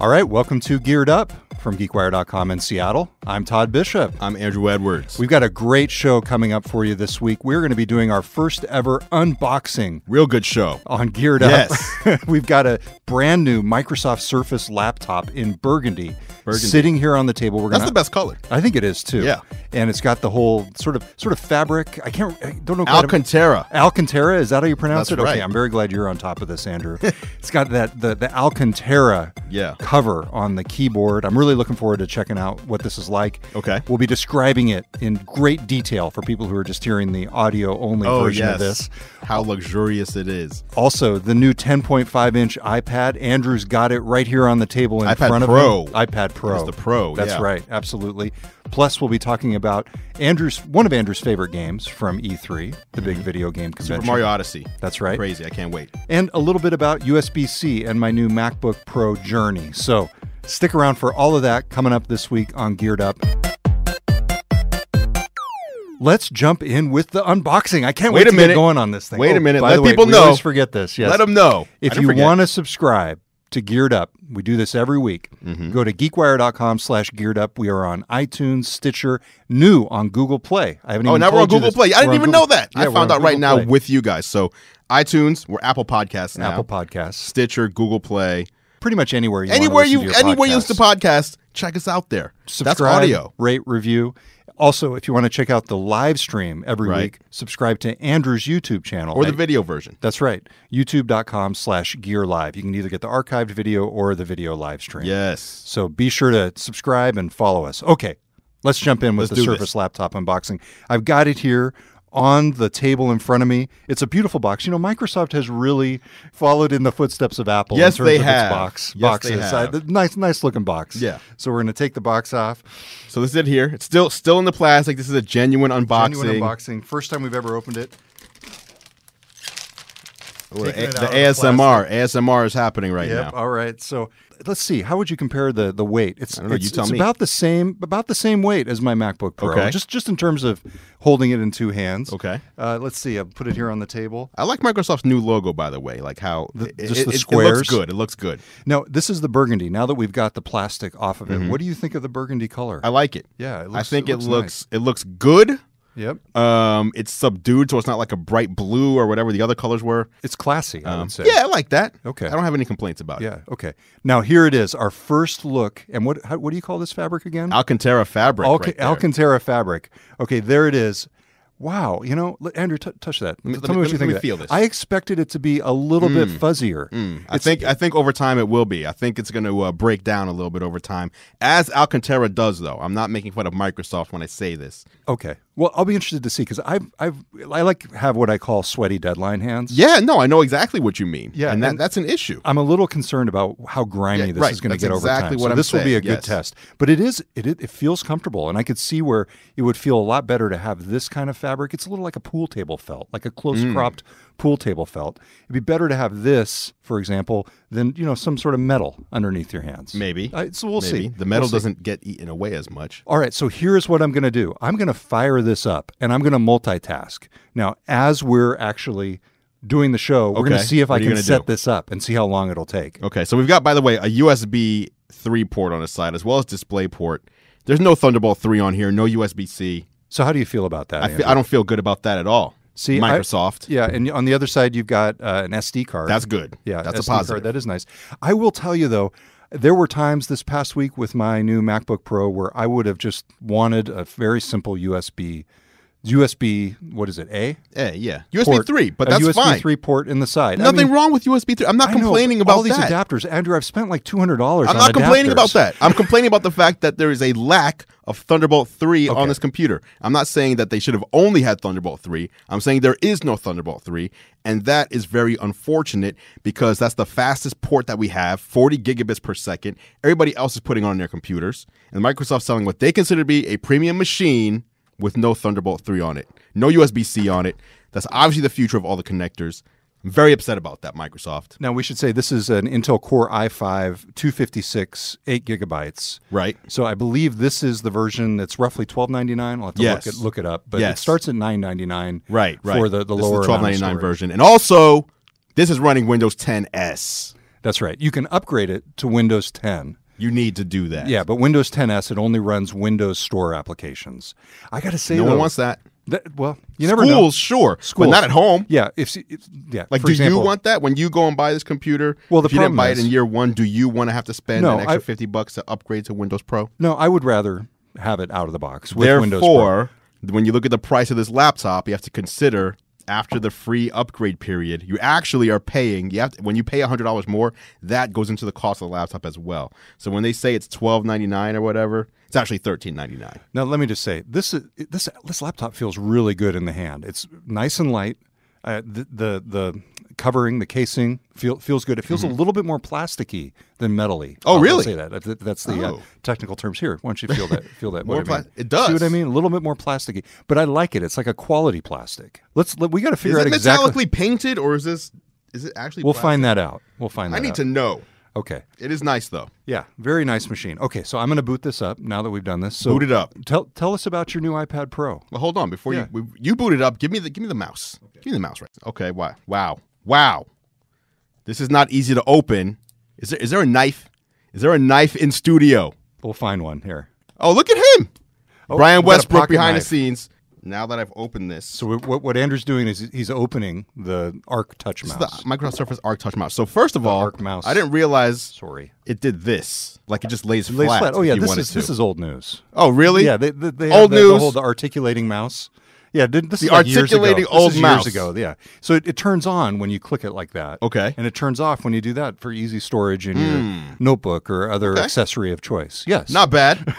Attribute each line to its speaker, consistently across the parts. Speaker 1: All right, welcome to Geared Up from geekwire.com in Seattle. I'm Todd Bishop.
Speaker 2: I'm Andrew Edwards.
Speaker 1: We've got a great show coming up for you this week. We're going to be doing our first ever unboxing
Speaker 2: Real good show.
Speaker 1: on Geared Up.
Speaker 2: Yes.
Speaker 1: We've got a brand new Microsoft Surface laptop in burgundy,
Speaker 2: Burgundy.
Speaker 1: sitting here on the table. We're
Speaker 2: That's
Speaker 1: gonna,
Speaker 2: the best color.
Speaker 1: I think it is too.
Speaker 2: Yeah.
Speaker 1: and it's got the whole sort of sort of fabric. I can't. I don't know. quite-
Speaker 2: Alcantara.
Speaker 1: Alcantara, is that how you pronounce
Speaker 2: That's
Speaker 1: it? Okay,
Speaker 2: right.
Speaker 1: I'm very glad you're on top of this, Andrew. it's got that the the Alcantara
Speaker 2: Yeah.
Speaker 1: cover on the keyboard. I'm really looking forward to checking out what this is like.
Speaker 2: Okay.
Speaker 1: We'll be describing it in great detail for people who are just hearing the audio only
Speaker 2: Oh
Speaker 1: version
Speaker 2: yes.
Speaker 1: of this.
Speaker 2: How luxurious it is.
Speaker 1: Also, the new 10.5 inch iPad. Andrew's got it right here on the table in
Speaker 2: iPad
Speaker 1: front
Speaker 2: Pro.
Speaker 1: of him. iPad Pro.
Speaker 2: It's the Pro,
Speaker 1: That's
Speaker 2: yeah.
Speaker 1: right. Absolutely. Plus, we'll be talking about Andrew's one of Andrew's favorite games from E3, the big video game convention.
Speaker 2: Mm-hmm. Super Mario Odyssey.
Speaker 1: That's right.
Speaker 2: Crazy. I can't wait.
Speaker 1: And a little bit about USB C and my new MacBook Pro journey. So stick around for all of that coming up this week on Geared Up. Let's jump in with the unboxing. I can't wait,
Speaker 2: Wait a
Speaker 1: to get
Speaker 2: minute.
Speaker 1: going on this thing. Oh,
Speaker 2: Wait a minute.
Speaker 1: By
Speaker 2: Let
Speaker 1: the way,
Speaker 2: people
Speaker 1: we
Speaker 2: know.
Speaker 1: Always forget this. Yes.
Speaker 2: Let them know.
Speaker 1: If
Speaker 2: I didn't
Speaker 1: you
Speaker 2: forget.
Speaker 1: want to subscribe to Geared Up, we do this every week.
Speaker 2: Mm-hmm.
Speaker 1: Go to geekwire.com slash geared up. We are on iTunes, Stitcher, new on Google Play. I haven't
Speaker 2: Oh,
Speaker 1: even
Speaker 2: now we're on
Speaker 1: told you
Speaker 2: Google
Speaker 1: this.
Speaker 2: Play. I
Speaker 1: We're
Speaker 2: didn't
Speaker 1: on
Speaker 2: even
Speaker 1: Google-
Speaker 2: know that.
Speaker 1: Yeah,
Speaker 2: I
Speaker 1: we're
Speaker 2: found
Speaker 1: on
Speaker 2: out right
Speaker 1: Google
Speaker 2: now
Speaker 1: Play,
Speaker 2: with you guys. So iTunes, we're Apple Podcasts now.
Speaker 1: Apple Podcasts.
Speaker 2: Stitcher, Google Play.
Speaker 1: Pretty much anywhere you wanna
Speaker 2: Anywhere
Speaker 1: listen
Speaker 2: you
Speaker 1: to your
Speaker 2: anywhere
Speaker 1: podcast.
Speaker 2: you listen to podcasts, check us out there.
Speaker 1: subscribe,
Speaker 2: That's audio.
Speaker 1: rate, review. Also, if you want to check out the live stream every
Speaker 2: Right.
Speaker 1: week, subscribe to Andrew's YouTube channel.
Speaker 2: Or the
Speaker 1: I-
Speaker 2: video version.
Speaker 1: That's right. YouTube.com slash gear live. You can either get the archived video or the video live stream.
Speaker 2: Yes.
Speaker 1: So be sure to subscribe and follow us. Okay, let's jump in with
Speaker 2: Let's
Speaker 1: the
Speaker 2: do
Speaker 1: Surface laptop unboxing. I've got it here on the table in front of me. It's a beautiful box. You know, Microsoft has really followed in the footsteps of Apple.
Speaker 2: Yes,
Speaker 1: in terms
Speaker 2: they
Speaker 1: of
Speaker 2: have.
Speaker 1: Its box,
Speaker 2: Yes,
Speaker 1: boxes.
Speaker 2: they
Speaker 1: I-
Speaker 2: have.
Speaker 1: nice, nice looking box.
Speaker 2: Yeah.
Speaker 1: So we're going to take the box off.
Speaker 2: So this is it here. It's still still in the plastic. This is a genuine unboxing.
Speaker 1: Genuine unboxing. First time we've ever opened it.
Speaker 2: Ooh,
Speaker 1: Taking
Speaker 2: the
Speaker 1: it
Speaker 2: the
Speaker 1: out of the
Speaker 2: ASMR. ASMR is happening right
Speaker 1: Yep.
Speaker 2: now.
Speaker 1: All right. So let's see. How would you compare the the weight? It's
Speaker 2: don't know.
Speaker 1: it's,
Speaker 2: You tell
Speaker 1: it's
Speaker 2: me.
Speaker 1: about the same about the same weight as my MacBook Pro.
Speaker 2: Okay.
Speaker 1: Just just in terms of holding it in two hands.
Speaker 2: Okay.
Speaker 1: Uh, let's see. I'll put it here on the table.
Speaker 2: I like Microsoft's new logo, by the way. Like how it,
Speaker 1: just
Speaker 2: it-
Speaker 1: the
Speaker 2: it- It
Speaker 1: squares?
Speaker 2: looks good. It looks good.
Speaker 1: Now this is the burgundy. Now that we've got the plastic off of it, what do you think of the burgundy color?
Speaker 2: Mm-hmm. I like it.
Speaker 1: Yeah, it
Speaker 2: I
Speaker 1: looks-
Speaker 2: think
Speaker 1: it
Speaker 2: it
Speaker 1: looks
Speaker 2: looks, it looks good.
Speaker 1: yep.
Speaker 2: Um, it's subdued, so it's not like a bright blue or whatever the other colors were.
Speaker 1: It's classy. I would say.
Speaker 2: Um, Yeah, I like that.
Speaker 1: Okay.
Speaker 2: I don't have any complaints about it.
Speaker 1: Yeah. Okay. Now here it is. Our first look. And what how, what do you call this fabric again?
Speaker 2: Alcantara fabric.
Speaker 1: Alca-
Speaker 2: right there.
Speaker 1: Alcantara fabric. Okay, there it is. Wow, you know, let- Andrew, t- touch that.
Speaker 2: me-
Speaker 1: Tell
Speaker 2: let
Speaker 1: me
Speaker 2: me-
Speaker 1: what you
Speaker 2: let
Speaker 1: think. of
Speaker 2: me
Speaker 1: that.
Speaker 2: feel this. Mm.
Speaker 1: I expected it to be a little bit fuzzier.
Speaker 2: I think I think over time it will be. I think it's going to uh, break down a little bit over time, as Alcantara does. Though I'm not making fun of Microsoft when I say this.
Speaker 1: Okay. Well, I'll be interested to see because I've, I've, I like have what I call sweaty deadline hands.
Speaker 2: Yeah, no, I know exactly what you mean.
Speaker 1: Yeah,
Speaker 2: and, that,
Speaker 1: and-
Speaker 2: that's an issue.
Speaker 1: I'm a little concerned about how grimy
Speaker 2: Yeah,
Speaker 1: this
Speaker 2: right.
Speaker 1: is going to
Speaker 2: That's
Speaker 1: get over
Speaker 2: exactly
Speaker 1: time.
Speaker 2: what
Speaker 1: so
Speaker 2: I'm
Speaker 1: this will be
Speaker 2: saying,
Speaker 1: a good
Speaker 2: yes.
Speaker 1: test. But it is it it feels comfortable, and I could see where it would feel a lot better to have this kind of fabric. It's a little like a pool table felt, like a close
Speaker 2: Mm.
Speaker 1: cropped pool table felt. It'd be better to have this, for example, than you know some sort of metal underneath your hands.
Speaker 2: Maybe.
Speaker 1: Uh, so we'll
Speaker 2: Maybe.
Speaker 1: see.
Speaker 2: The metal
Speaker 1: We'll see.
Speaker 2: doesn't get eaten away as much.
Speaker 1: All right, so here's what I'm going to do. I'm going to fire this up and I'm going to multitask. Now, as we're actually doing the show, we're going to
Speaker 2: Okay,
Speaker 1: see if
Speaker 2: what
Speaker 1: I
Speaker 2: are you
Speaker 1: can
Speaker 2: gonna
Speaker 1: set
Speaker 2: do?
Speaker 1: this up and see how long it'll take.
Speaker 2: Okay, so we've got, by the way, a USB 3 port on the side as well as display port. There's no Thunderbolt 3 on here, no USB C.
Speaker 1: So, how do you feel about that?
Speaker 2: I
Speaker 1: Andrew?
Speaker 2: fe- I don't feel good about that at all.
Speaker 1: See, I-
Speaker 2: Microsoft,
Speaker 1: Yeah, and on the other side you've got uh, an SD card.
Speaker 2: that's good.
Speaker 1: yeah,
Speaker 2: that's
Speaker 1: SD
Speaker 2: a positive.
Speaker 1: Card. That is nice. I will tell you though, there were times this past week with my new MacBook Pro where I would have just wanted a very simple USB, USB. What is it? A
Speaker 2: Eh, yeah, USB
Speaker 1: port,
Speaker 2: 3, but
Speaker 1: a
Speaker 2: that's
Speaker 1: USB
Speaker 2: fine.
Speaker 1: three port in the side. I
Speaker 2: Nothing
Speaker 1: mean,
Speaker 2: wrong with USB 3. I'm not
Speaker 1: I know,
Speaker 2: complaining
Speaker 1: but
Speaker 2: about
Speaker 1: all these
Speaker 2: that.
Speaker 1: adapters, Andrew. I've spent like two hundred dollars.
Speaker 2: I'm not complaining about that. I'm complaining about the fact that there is a lack of Thunderbolt 3 on this computer. I'm not saying that they should have only had Thunderbolt 3. I'm saying there is no Thunderbolt 3, and that is very unfortunate because that's the fastest port that we have, 40 gigabits per second. Everybody else is putting on their computers, and Microsoft's selling what they consider to be a premium machine with no Thunderbolt 3 on it, no USB-C on it. That's obviously the future of all the connectors. I'm very upset about that, Microsoft.
Speaker 1: Now we should say this is an Intel Core i5 256, eight gigabytes.
Speaker 2: Right.
Speaker 1: So I believe this is the version that's roughly twelve ninety nine. I'll have to
Speaker 2: Yes.
Speaker 1: look, it, look it up, but it
Speaker 2: Yes.
Speaker 1: starts at nine ninety nine.
Speaker 2: right, right.
Speaker 1: For the, the
Speaker 2: This is
Speaker 1: lower amount of
Speaker 2: $12.99
Speaker 1: storage.
Speaker 2: version, and also this is running Windows 10s.
Speaker 1: That's right. You can upgrade it to Windows 10.
Speaker 2: You need to do that.
Speaker 1: Yeah, but Windows 10s it only runs Windows Store applications. I got to say,
Speaker 2: No one
Speaker 1: though,
Speaker 2: wants that.
Speaker 1: that- Well, you never
Speaker 2: Schools,
Speaker 1: know.
Speaker 2: sure.
Speaker 1: Schools.
Speaker 2: But not at home.
Speaker 1: Yeah, if, if yeah,
Speaker 2: Like,
Speaker 1: for
Speaker 2: do
Speaker 1: example,
Speaker 2: you want that when you go and buy this computer?
Speaker 1: Well, the
Speaker 2: if you didn't
Speaker 1: problem
Speaker 2: buy
Speaker 1: is-
Speaker 2: it in year one, do you want to have to spend
Speaker 1: No,
Speaker 2: an extra
Speaker 1: I-
Speaker 2: fifty bucks to upgrade to Windows Pro?
Speaker 1: No, I would rather have it out of the box with Windows Pro.
Speaker 2: Therefore, when you look at the price of this laptop, you have to consider after the free upgrade period, you actually are paying. You have to, when you pay hundred dollars more, that goes into the cost of the laptop as well. So when they say it's twelve ninety nine or whatever, it's actually thirteen ninety nine.
Speaker 1: Now, let me just say this is this this laptop feels really good in the hand. It's nice and light. Uh, the, the the covering, the casing feel, feels good. It feels a little bit more plasticky than metally.
Speaker 2: Mm-hmm. Oh,
Speaker 1: I'll- I'll
Speaker 2: really?
Speaker 1: say that. That- That's the uh,
Speaker 2: Oh.
Speaker 1: technical terms here. Why don't you feel that? Feel that?
Speaker 2: More
Speaker 1: what I mean.
Speaker 2: plas- it does.
Speaker 1: See what I mean? A little bit more plasticky, but I like it. It's like a quality plastic. Let's let, we got to
Speaker 2: Is
Speaker 1: figure
Speaker 2: it
Speaker 1: out exactly.
Speaker 2: metallically painted or is this? Is it actually?
Speaker 1: We'll
Speaker 2: plastic?
Speaker 1: find that out. We'll find that.
Speaker 2: I need
Speaker 1: out.
Speaker 2: to know.
Speaker 1: Okay.
Speaker 2: It is nice though.
Speaker 1: Yeah. Very nice machine. Okay. So I'm going to boot this up now that we've done this. So
Speaker 2: Boot it up.
Speaker 1: Tell tell us about your new iPad Pro.
Speaker 2: Well, hold on before
Speaker 1: Yeah.
Speaker 2: you we, you boot it up. Give me the give me the mouse. Give me the mouse. Right. Okay. Why? Wow. Wow. This is not easy to open. Is there is there a knife? Is there a knife in studio?
Speaker 1: We'll find one here.
Speaker 2: Oh, look at him, Brian
Speaker 1: we've Oh, got a
Speaker 2: Westbrook
Speaker 1: pocket
Speaker 2: behind
Speaker 1: knife.
Speaker 2: the scenes. Now that I've opened this, so
Speaker 1: So what- what what Andrew's doing is he's opening the Arc Touch
Speaker 2: the
Speaker 1: mouse.
Speaker 2: Microsoft Surface Arc Touch mouse. So first of all,
Speaker 1: Arc mouse.
Speaker 2: I didn't realize
Speaker 1: Sorry.
Speaker 2: it did this. Like it just lays
Speaker 1: Lays
Speaker 2: flat.
Speaker 1: flat. Oh
Speaker 2: if
Speaker 1: yeah,
Speaker 2: you
Speaker 1: this
Speaker 2: wanted
Speaker 1: is
Speaker 2: to.
Speaker 1: this is old news.
Speaker 2: Oh really?
Speaker 1: Yeah, they, they, they have
Speaker 2: Old
Speaker 1: the, the
Speaker 2: news.
Speaker 1: whole the articulating mouse. Yeah, did- this
Speaker 2: The
Speaker 1: is like years ago.
Speaker 2: articulating
Speaker 1: This
Speaker 2: old
Speaker 1: is years
Speaker 2: mouse.
Speaker 1: ago. Yeah, so it, it turns on when you click it like that.
Speaker 2: Okay.
Speaker 1: and it turns off when you do that for easy storage in your notebook or other accessory of choice. Yes.
Speaker 2: Hmm. Not bad.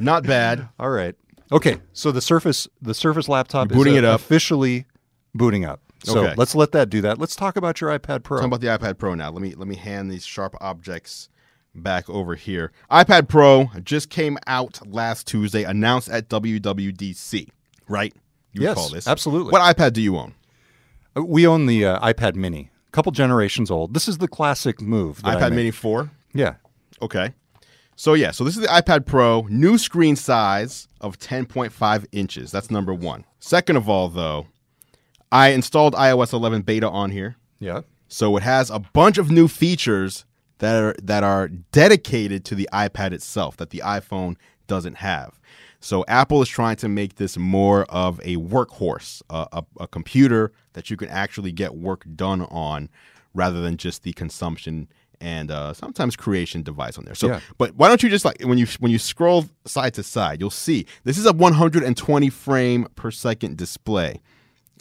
Speaker 2: not bad.
Speaker 1: All right. Okay. So the Surface the Surface laptop
Speaker 2: booting
Speaker 1: is
Speaker 2: it up.
Speaker 1: officially booting up. So
Speaker 2: Okay.
Speaker 1: let's let that do that. Let's talk about your iPad Pro.
Speaker 2: Talking about the iPad Pro now. Let me let me hand these sharp objects back over here. iPad Pro just came out last Tuesday, announced at WWDC, right? You
Speaker 1: Yes,
Speaker 2: recall this.
Speaker 1: absolutely.
Speaker 2: What iPad do you own?
Speaker 1: Uh, We own the uh, iPad Mini, couple generations old. This is the classic move. that I
Speaker 2: iPad
Speaker 1: make.
Speaker 2: Mini 4?
Speaker 1: Yeah.
Speaker 2: Okay. So yeah, so this is the iPad Pro, new screen size of 10.5 inches. That's number 1. Second of all though, I installed iOS 11 beta on here.
Speaker 1: Yeah.
Speaker 2: So it has a bunch of new features that are that are dedicated to the iPad itself that the iPhone doesn't have. So Apple is trying to make this more of a workhorse, a, a, a computer that you can actually get work done on, rather than just the consumption and uh, sometimes creation device on there. So,
Speaker 1: Yeah.
Speaker 2: but why don't you just like when you when you scroll side to side, you'll see this is a 120 frame per second display.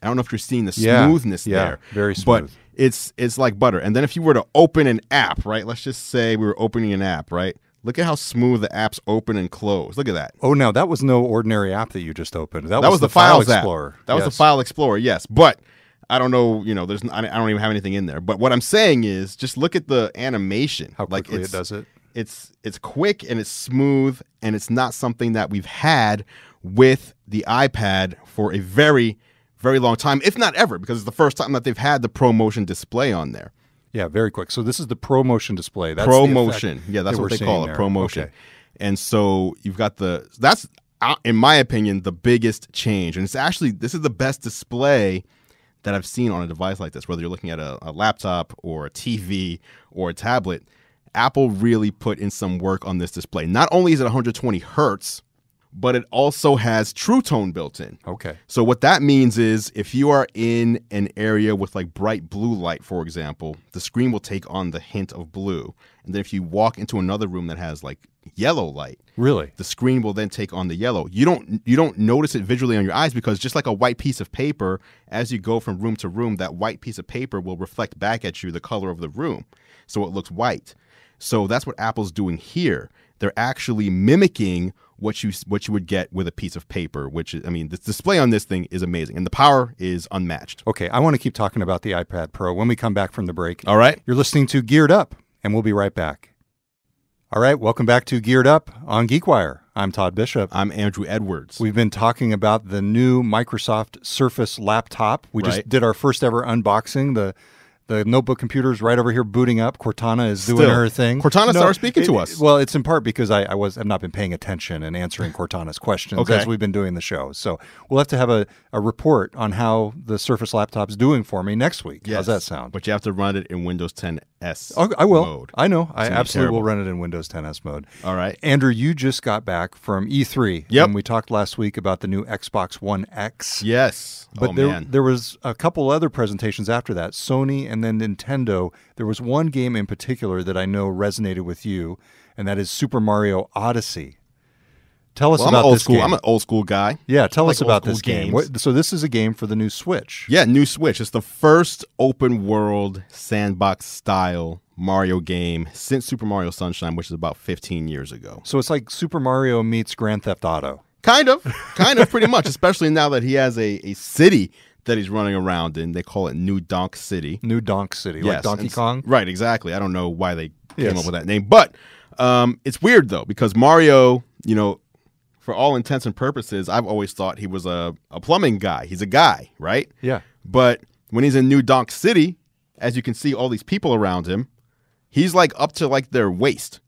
Speaker 2: I don't know if you're seeing the
Speaker 1: Yeah.
Speaker 2: smoothness
Speaker 1: Yeah.
Speaker 2: there,
Speaker 1: Very
Speaker 2: but
Speaker 1: smooth.
Speaker 2: it's it's like butter. And then if you were to open an app, right? Let's just say we were opening an app, right? Look at how smooth the apps open and close. Look at that.
Speaker 1: Oh, no, that was no ordinary app that you just opened. That,
Speaker 2: That was, the, Files
Speaker 1: File
Speaker 2: app.
Speaker 1: Explorer.
Speaker 2: That was the
Speaker 1: Yes.
Speaker 2: File Explorer. Yes, but I don't know. You know, there's I I don't even have anything in there. But what I'm saying is, just look at the animation.
Speaker 1: How quickly
Speaker 2: it's-
Speaker 1: it does it.
Speaker 2: It's it's quick and it's smooth and it's not something that we've had with the iPad for a very very long time, if not ever, because it's the first time that they've had the ProMotion display on there.
Speaker 1: Yeah, very quick. So this is the Pro Motion display. That's the effect
Speaker 2: promotion. Yeah, that's
Speaker 1: that
Speaker 2: what
Speaker 1: we're
Speaker 2: they call
Speaker 1: seeing
Speaker 2: it,
Speaker 1: there.
Speaker 2: promotion.
Speaker 1: Okay.
Speaker 2: And so you've got the that's uh, in my opinion the biggest change, and it's actually this is the best display that I've seen on a device like this. Whether you're looking at a, a laptop or a TV or a tablet, Apple really put in some work on this display. Not only is it 120 hertz, but it also has True Tone built in.
Speaker 1: Okay.
Speaker 2: So what that means is if you are in an area with like bright blue light, for example, the screen will take on the hint of blue. And then if you walk into another room that has like yellow light,
Speaker 1: Really?
Speaker 2: the screen will then take on the yellow. You don't you don't notice it visually on your eyes because just like a white piece of paper, as you go from room to room, that white piece of paper will reflect back at you the color of the room, so it looks white. So that's what Apple's doing here. They're actually mimicking what you what you would get with a piece of paper, which is, I mean, the display on this thing is amazing, and the power is unmatched.
Speaker 1: Okay. I want to keep talking about the iPad Pro when we come back from the break.
Speaker 2: All right,
Speaker 1: You're listening to Geared Up, and we'll be right back. All right. Welcome back to Geared Up on GeekWire. I'm Todd Bishop.
Speaker 2: I'm Andrew Edwards.
Speaker 1: We've been talking about the new Microsoft Surface laptop. We just
Speaker 2: Right.
Speaker 1: did our first ever unboxing. The The notebook computer's right over here booting up. Cortana is doing
Speaker 2: Still.
Speaker 1: her thing.
Speaker 2: Cortana started speaking
Speaker 1: it-
Speaker 2: to
Speaker 1: it-
Speaker 2: us.
Speaker 1: Well, it's in part because I, I was I've not been paying attention and answering Cortana's questions
Speaker 2: Okay.
Speaker 1: as we've been doing the show. So we'll have to have a, a report on how the Surface laptop's doing for me next week. How's that sound?
Speaker 2: But you have to run it in Windows 10s.
Speaker 1: Oh, I will.
Speaker 2: Mode.
Speaker 1: I know. I
Speaker 2: gonna be
Speaker 1: absolutely will
Speaker 2: terrible.
Speaker 1: run it in Windows 10s mode.
Speaker 2: All right.
Speaker 1: Andrew, you just got back from E3.
Speaker 2: Yep.
Speaker 1: And we talked last week about the new Xbox One X.
Speaker 2: Yes.
Speaker 1: But
Speaker 2: oh
Speaker 1: there,
Speaker 2: man.
Speaker 1: there was a couple other presentations after that, Sony and then Nintendo. There was one game in particular that I know resonated with you, and that is Super Mario Odyssey. Tell us
Speaker 2: Well, I'm
Speaker 1: about
Speaker 2: an old
Speaker 1: this
Speaker 2: school.
Speaker 1: game.
Speaker 2: I'm an old school guy.
Speaker 1: yeah, tell
Speaker 2: like
Speaker 1: us about
Speaker 2: old
Speaker 1: this
Speaker 2: school
Speaker 1: game.
Speaker 2: games.
Speaker 1: What, so this is a game for the new Switch.
Speaker 2: Yeah, new Switch. It's the first open world sandbox style Mario game since Super Mario Sunshine, which is about 15 years ago.
Speaker 1: So it's like Super Mario meets Grand Theft Auto.
Speaker 2: Kind of, kind of, pretty much. Especially now that he has a, a city that he's running around in. They call it New Donk City.
Speaker 1: New Donk City, like
Speaker 2: Yes,
Speaker 1: Donkey
Speaker 2: and-
Speaker 1: Kong.
Speaker 2: Right, exactly. I don't know why they came
Speaker 1: Yes.
Speaker 2: up with that name, but um, it's weird though because Mario, you know, for all intents and purposes, I've always thought he was a, a plumbing guy. He's a guy, right?
Speaker 1: Yeah.
Speaker 2: But when he's in New Donk City, as you can see all these people around him, he's like up to like their waist.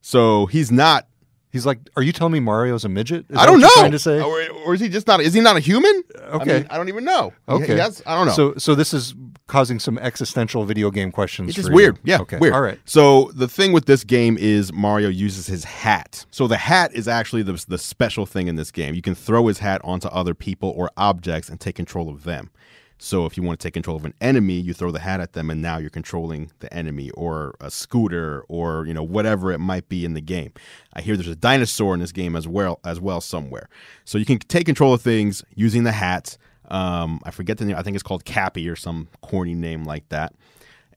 Speaker 2: So he's not
Speaker 1: He's like, are you telling me Mario's a midget? Is that
Speaker 2: I
Speaker 1: what you're
Speaker 2: don't know.
Speaker 1: Trying to say?
Speaker 2: Or, or is he just not is he not a human? I,
Speaker 1: okay.
Speaker 2: mean, I don't even know. He-
Speaker 1: Okay.
Speaker 2: he has- I don't know.
Speaker 1: So, so this is causing some existential video game questions.
Speaker 2: It's just
Speaker 1: for you.
Speaker 2: weird. Yeah.
Speaker 1: Okay.
Speaker 2: Weird.
Speaker 1: All right.
Speaker 2: So the thing with this game is Mario uses his hat. So the hat is actually the, the special thing in this game. You can throw his hat onto other people or objects and take control of them. So if you want to take control of an enemy, you throw the hat at them and now you're controlling the enemy or a scooter or you know whatever it might be in the game. I hear there's a dinosaur in this game as well as well somewhere. So you can take control of things using the hat. Um, I forget the name. I think it's called Cappy or some corny name like that.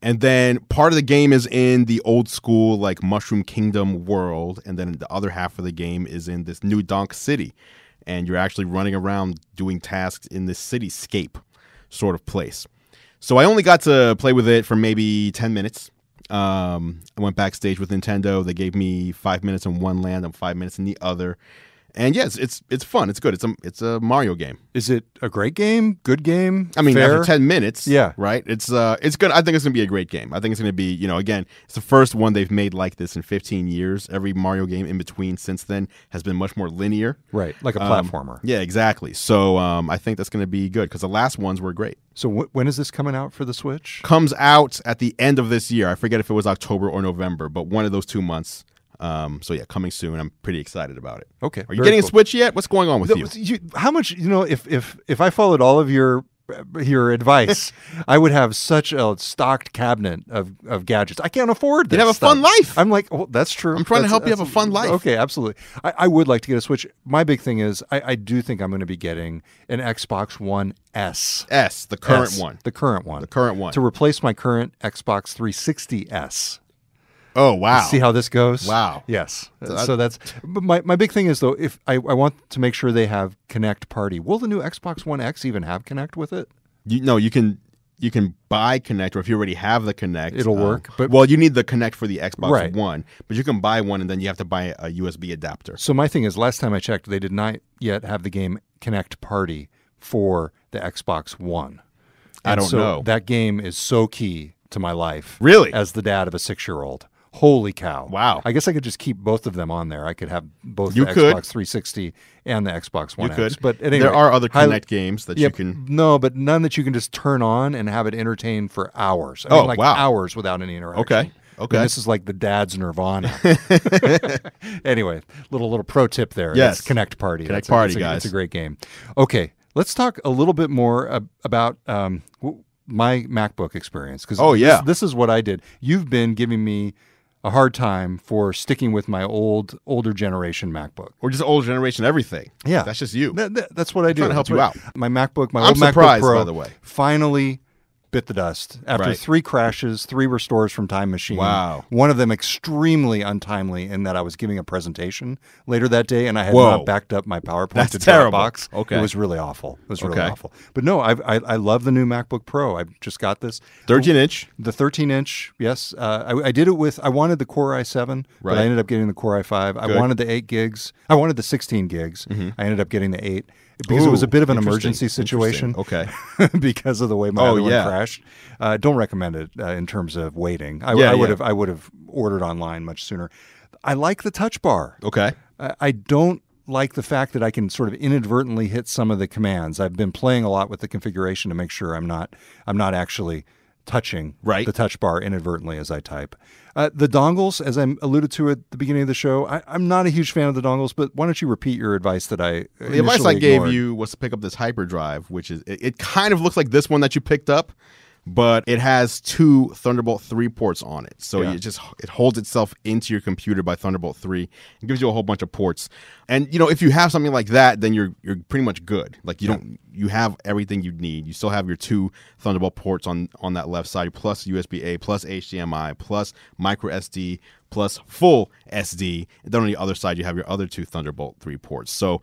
Speaker 2: And then part of the game is in the old school like Mushroom Kingdom world, and then the other half of the game is in this new Donk City, and you're actually running around doing tasks in this cityscape sort of place. So I only got to play with it for maybe ten minutes. Um, I went backstage with Nintendo. They gave me five minutes in one land and five minutes in the other. And yes, it's it's fun. It's good. It's a it's a Mario game.
Speaker 1: Is it a great game? Good game?
Speaker 2: I mean,
Speaker 1: Fair?
Speaker 2: after ten minutes,
Speaker 1: Yeah.
Speaker 2: right. It's uh, it's good. I think it's gonna be a great game. I think it's gonna be, you know, again, it's the first one they've made like this in 15 years. Every Mario game in between since then has been much more linear.
Speaker 1: right, like a
Speaker 2: Um,
Speaker 1: platformer.
Speaker 2: Yeah, exactly. So um, I think that's gonna be good because the last ones were great.
Speaker 1: So, wh- when is this coming out for the Switch?
Speaker 2: Comes out at the end of this year. I forget if it was October or November, but one of those two months. Um, so yeah, coming soon. I'm pretty excited about it.
Speaker 1: Okay,
Speaker 2: Are you
Speaker 1: very
Speaker 2: getting
Speaker 1: cool.
Speaker 2: a Switch yet? What's going on with
Speaker 1: Th-
Speaker 2: you?
Speaker 1: you- How much? You know, if if if I followed all of your your advice, I would have such a stocked cabinet of, of gadgets. I can't afford this.
Speaker 2: have a
Speaker 1: stuff.
Speaker 2: fun life.
Speaker 1: I'm like, well, that's true.
Speaker 2: I'm trying to
Speaker 1: That's-
Speaker 2: help you have
Speaker 1: that's-
Speaker 2: a fun life.
Speaker 1: Okay, absolutely. I, I would like to get a Switch. My big thing is, I, I do think I'm going to be getting an Xbox One S.
Speaker 2: S, the current
Speaker 1: S,
Speaker 2: one.
Speaker 1: The current one.
Speaker 2: The current one.
Speaker 1: To replace my current Xbox 360S.
Speaker 2: Oh wow.
Speaker 1: See how this goes?
Speaker 2: Wow.
Speaker 1: Yes. Uh,
Speaker 2: that-
Speaker 1: so that's but my, my big thing is though, if I, I want to make sure they have Connect Party. Will the new Xbox One X even have Connect with it?
Speaker 2: You no, you can you can buy Connect, or if you already have the Connect,
Speaker 1: It'll work, but-
Speaker 2: well, you need the Connect for the Xbox
Speaker 1: Right.
Speaker 2: One, but you can buy one, and then you have to buy a USB adapter.
Speaker 1: So my thing is last time I checked, they did not yet have the game Connect Party for the Xbox One.
Speaker 2: I
Speaker 1: And
Speaker 2: don't
Speaker 1: so
Speaker 2: know.
Speaker 1: That game is so key to my life.
Speaker 2: Really?
Speaker 1: As the dad of a six year old. Holy cow.
Speaker 2: Wow.
Speaker 1: I guess I could just keep both of them on there. I could have both
Speaker 2: You
Speaker 1: the
Speaker 2: could.
Speaker 1: Xbox 360 and the Xbox One
Speaker 2: You could,
Speaker 1: X. But at any
Speaker 2: there
Speaker 1: rate,
Speaker 2: are other
Speaker 1: highly-
Speaker 2: Connect games that you can.
Speaker 1: No, but none that you can just turn on and have it entertain for hours. I
Speaker 2: Oh,
Speaker 1: like
Speaker 2: wow.
Speaker 1: hours without any interaction.
Speaker 2: Okay,
Speaker 1: I mean,
Speaker 2: okay.
Speaker 1: this is like the dad's Nirvana. anyway, little little pro tip there.
Speaker 2: Yes.
Speaker 1: It's Connect Party.
Speaker 2: Connect
Speaker 1: That's a-
Speaker 2: Party,
Speaker 1: it's a,
Speaker 2: guys.
Speaker 1: It's a great game. Okay, let's talk a little bit more ab- about um, w- my MacBook experience because
Speaker 2: Oh, yeah.
Speaker 1: this, is what I did. You've been giving me a hard time for sticking with my old older generation MacBook.
Speaker 2: Or just old generation everything.
Speaker 1: Yeah.
Speaker 2: that's just you.
Speaker 1: That- that- that's what I do.
Speaker 2: trying to help
Speaker 1: That's what-
Speaker 2: you
Speaker 1: My MacBook, my
Speaker 2: I'm
Speaker 1: old MacBook
Speaker 2: surprised,
Speaker 1: Pro,
Speaker 2: by the way.
Speaker 1: finally bit the dust after
Speaker 2: Right.
Speaker 1: three crashes, three restores from Time Machine.
Speaker 2: Wow.
Speaker 1: One of them extremely untimely in that I was giving a presentation later that day and I had
Speaker 2: Whoa.
Speaker 1: not backed up my PowerPoint
Speaker 2: That's
Speaker 1: to
Speaker 2: terrible.
Speaker 1: Dropbox.
Speaker 2: Okay.
Speaker 1: It was really awful. It was really
Speaker 2: Okay.
Speaker 1: awful. But no, I've, I I love the new MacBook Pro. I just got this.
Speaker 2: Thirteen inch.
Speaker 1: The 13 inch, yes. Uh, I, I did it with, I wanted the Core i7, but
Speaker 2: Right.
Speaker 1: I ended up getting the Core i5. I
Speaker 2: Good. Mm-hmm.
Speaker 1: wanted the 8 gigs. I wanted the 16 gigs. I ended up getting the 8 because it was
Speaker 2: Ooh,
Speaker 1: a bit of an
Speaker 2: interesting,
Speaker 1: emergency situation
Speaker 2: interesting. Okay,
Speaker 1: because of the way my
Speaker 2: Oh,
Speaker 1: other one
Speaker 2: yeah,
Speaker 1: crashed. Uh, don't recommend it uh, in terms of waiting. I,
Speaker 2: Yeah,
Speaker 1: I would
Speaker 2: yeah.
Speaker 1: have I would have ordered online much sooner. I like the touch bar.
Speaker 2: Okay.
Speaker 1: I I don't like the fact that I can sort of inadvertently hit some of the commands. I've been playing a lot with the configuration to make sure I'm not I'm not actually touching
Speaker 2: Right.
Speaker 1: the touch bar inadvertently as I type. Uh, the dongles, as I alluded to at the beginning of the show, I, I'm not a huge fan of the dongles. But why don't you repeat your advice that I uh,
Speaker 2: The advice I gave you was to pick up this hyperdrive, which is it, it kind of looks like this one that you picked up, but it has two Thunderbolt three ports on it, so
Speaker 1: Yeah.
Speaker 2: it just it holds itself into your computer by Thunderbolt three. It gives you a whole bunch of ports, and you know if you have something like that, then you're you're pretty much good. Like you don't you have everything you need. You still have your two Thunderbolt ports on on that left side, plus USB A, plus HDMI, plus micro SD, plus full SD. And then on the other side, you have your other two Thunderbolt three ports. So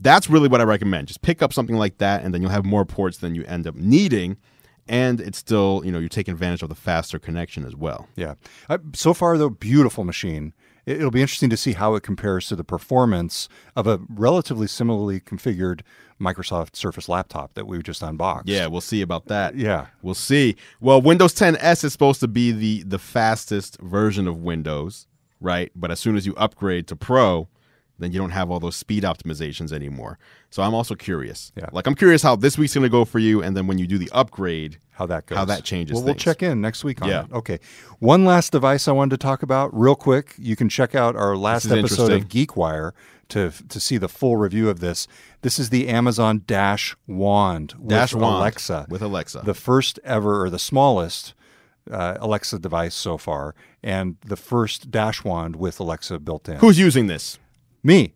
Speaker 2: that's really what I recommend. Just pick up something like that, and then you'll have more ports than you end up needing. And it's still, you know, you're taking advantage of the faster connection as well.
Speaker 1: Yeah. Uh, so far, though, beautiful machine. It- It'll be interesting to see how it compares to the performance of a relatively similarly configured Microsoft Surface laptop that we just unboxed.
Speaker 2: Yeah, we'll see about that.
Speaker 1: Yeah.
Speaker 2: We'll see. Well, Windows 10S is supposed to be the the fastest version of Windows, right? But as soon as you upgrade to Pro, then you don't have all those speed optimizations anymore. So I'm also curious.
Speaker 1: Yeah.
Speaker 2: Like I'm curious how this week's going to go for you and then when you do the upgrade,
Speaker 1: how that goes.
Speaker 2: How that changes
Speaker 1: Well, we'll
Speaker 2: things.
Speaker 1: check in next week on
Speaker 2: Yeah.
Speaker 1: it. Okay. One last device I wanted to talk about real quick. You can check out our last
Speaker 2: is
Speaker 1: episode of
Speaker 2: interesting.
Speaker 1: GeekWire to to see the full review of this. This is the Amazon Dash wand with
Speaker 2: Dash Wand
Speaker 1: Alexa.
Speaker 2: with uh, Alexa.
Speaker 1: the first ever or the smallest uh, Alexa device so far, and the first dash wand with Alexa built in.
Speaker 2: Who's using this?
Speaker 1: Me.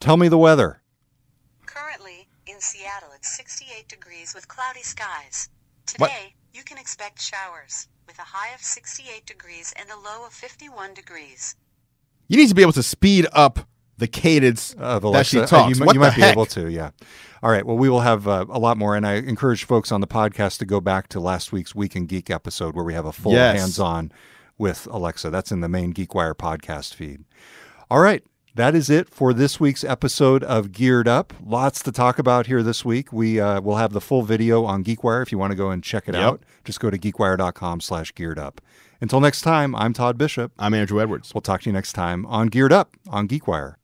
Speaker 1: Tell me the weather.
Speaker 3: Currently, in Seattle, it's 68 degrees with cloudy skies.
Speaker 2: What?
Speaker 3: Today, you can expect showers, with a high of 68 degrees and a low of 51 degrees.
Speaker 2: You need to be able to speed up the cadence
Speaker 1: of
Speaker 2: that
Speaker 1: Alexa.
Speaker 2: she
Speaker 1: Uh,
Speaker 2: talks.
Speaker 1: You, mi-
Speaker 2: what
Speaker 1: you
Speaker 2: the
Speaker 1: might be
Speaker 2: heck?
Speaker 1: able to, yeah. All right. Well, we will have uh, a lot more, and I encourage folks on the podcast to go back to last week's Week in Geek episode where we have a full
Speaker 2: Yes.
Speaker 1: hands-on with Alexa. That's in the main GeekWire podcast feed. All right. That is it for this week's episode of Geared Up. Lots to talk about here this week. We uh, will have the full video on GeekWire if you want to go and check it
Speaker 2: Yep.
Speaker 1: out. Just go to geekwire.com slash geared up. Until next time, I'm Todd Bishop.
Speaker 2: I'm Andrew Edwards.
Speaker 1: We'll talk to you next time on Geared Up on GeekWire.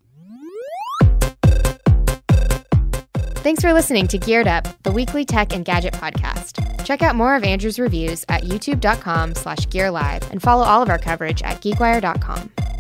Speaker 4: Thanks for listening to Geared Up, the weekly tech and gadget podcast. Check out more of Andrew's reviews at youtube.com slash gearlive and follow all of our coverage at geekwire.com.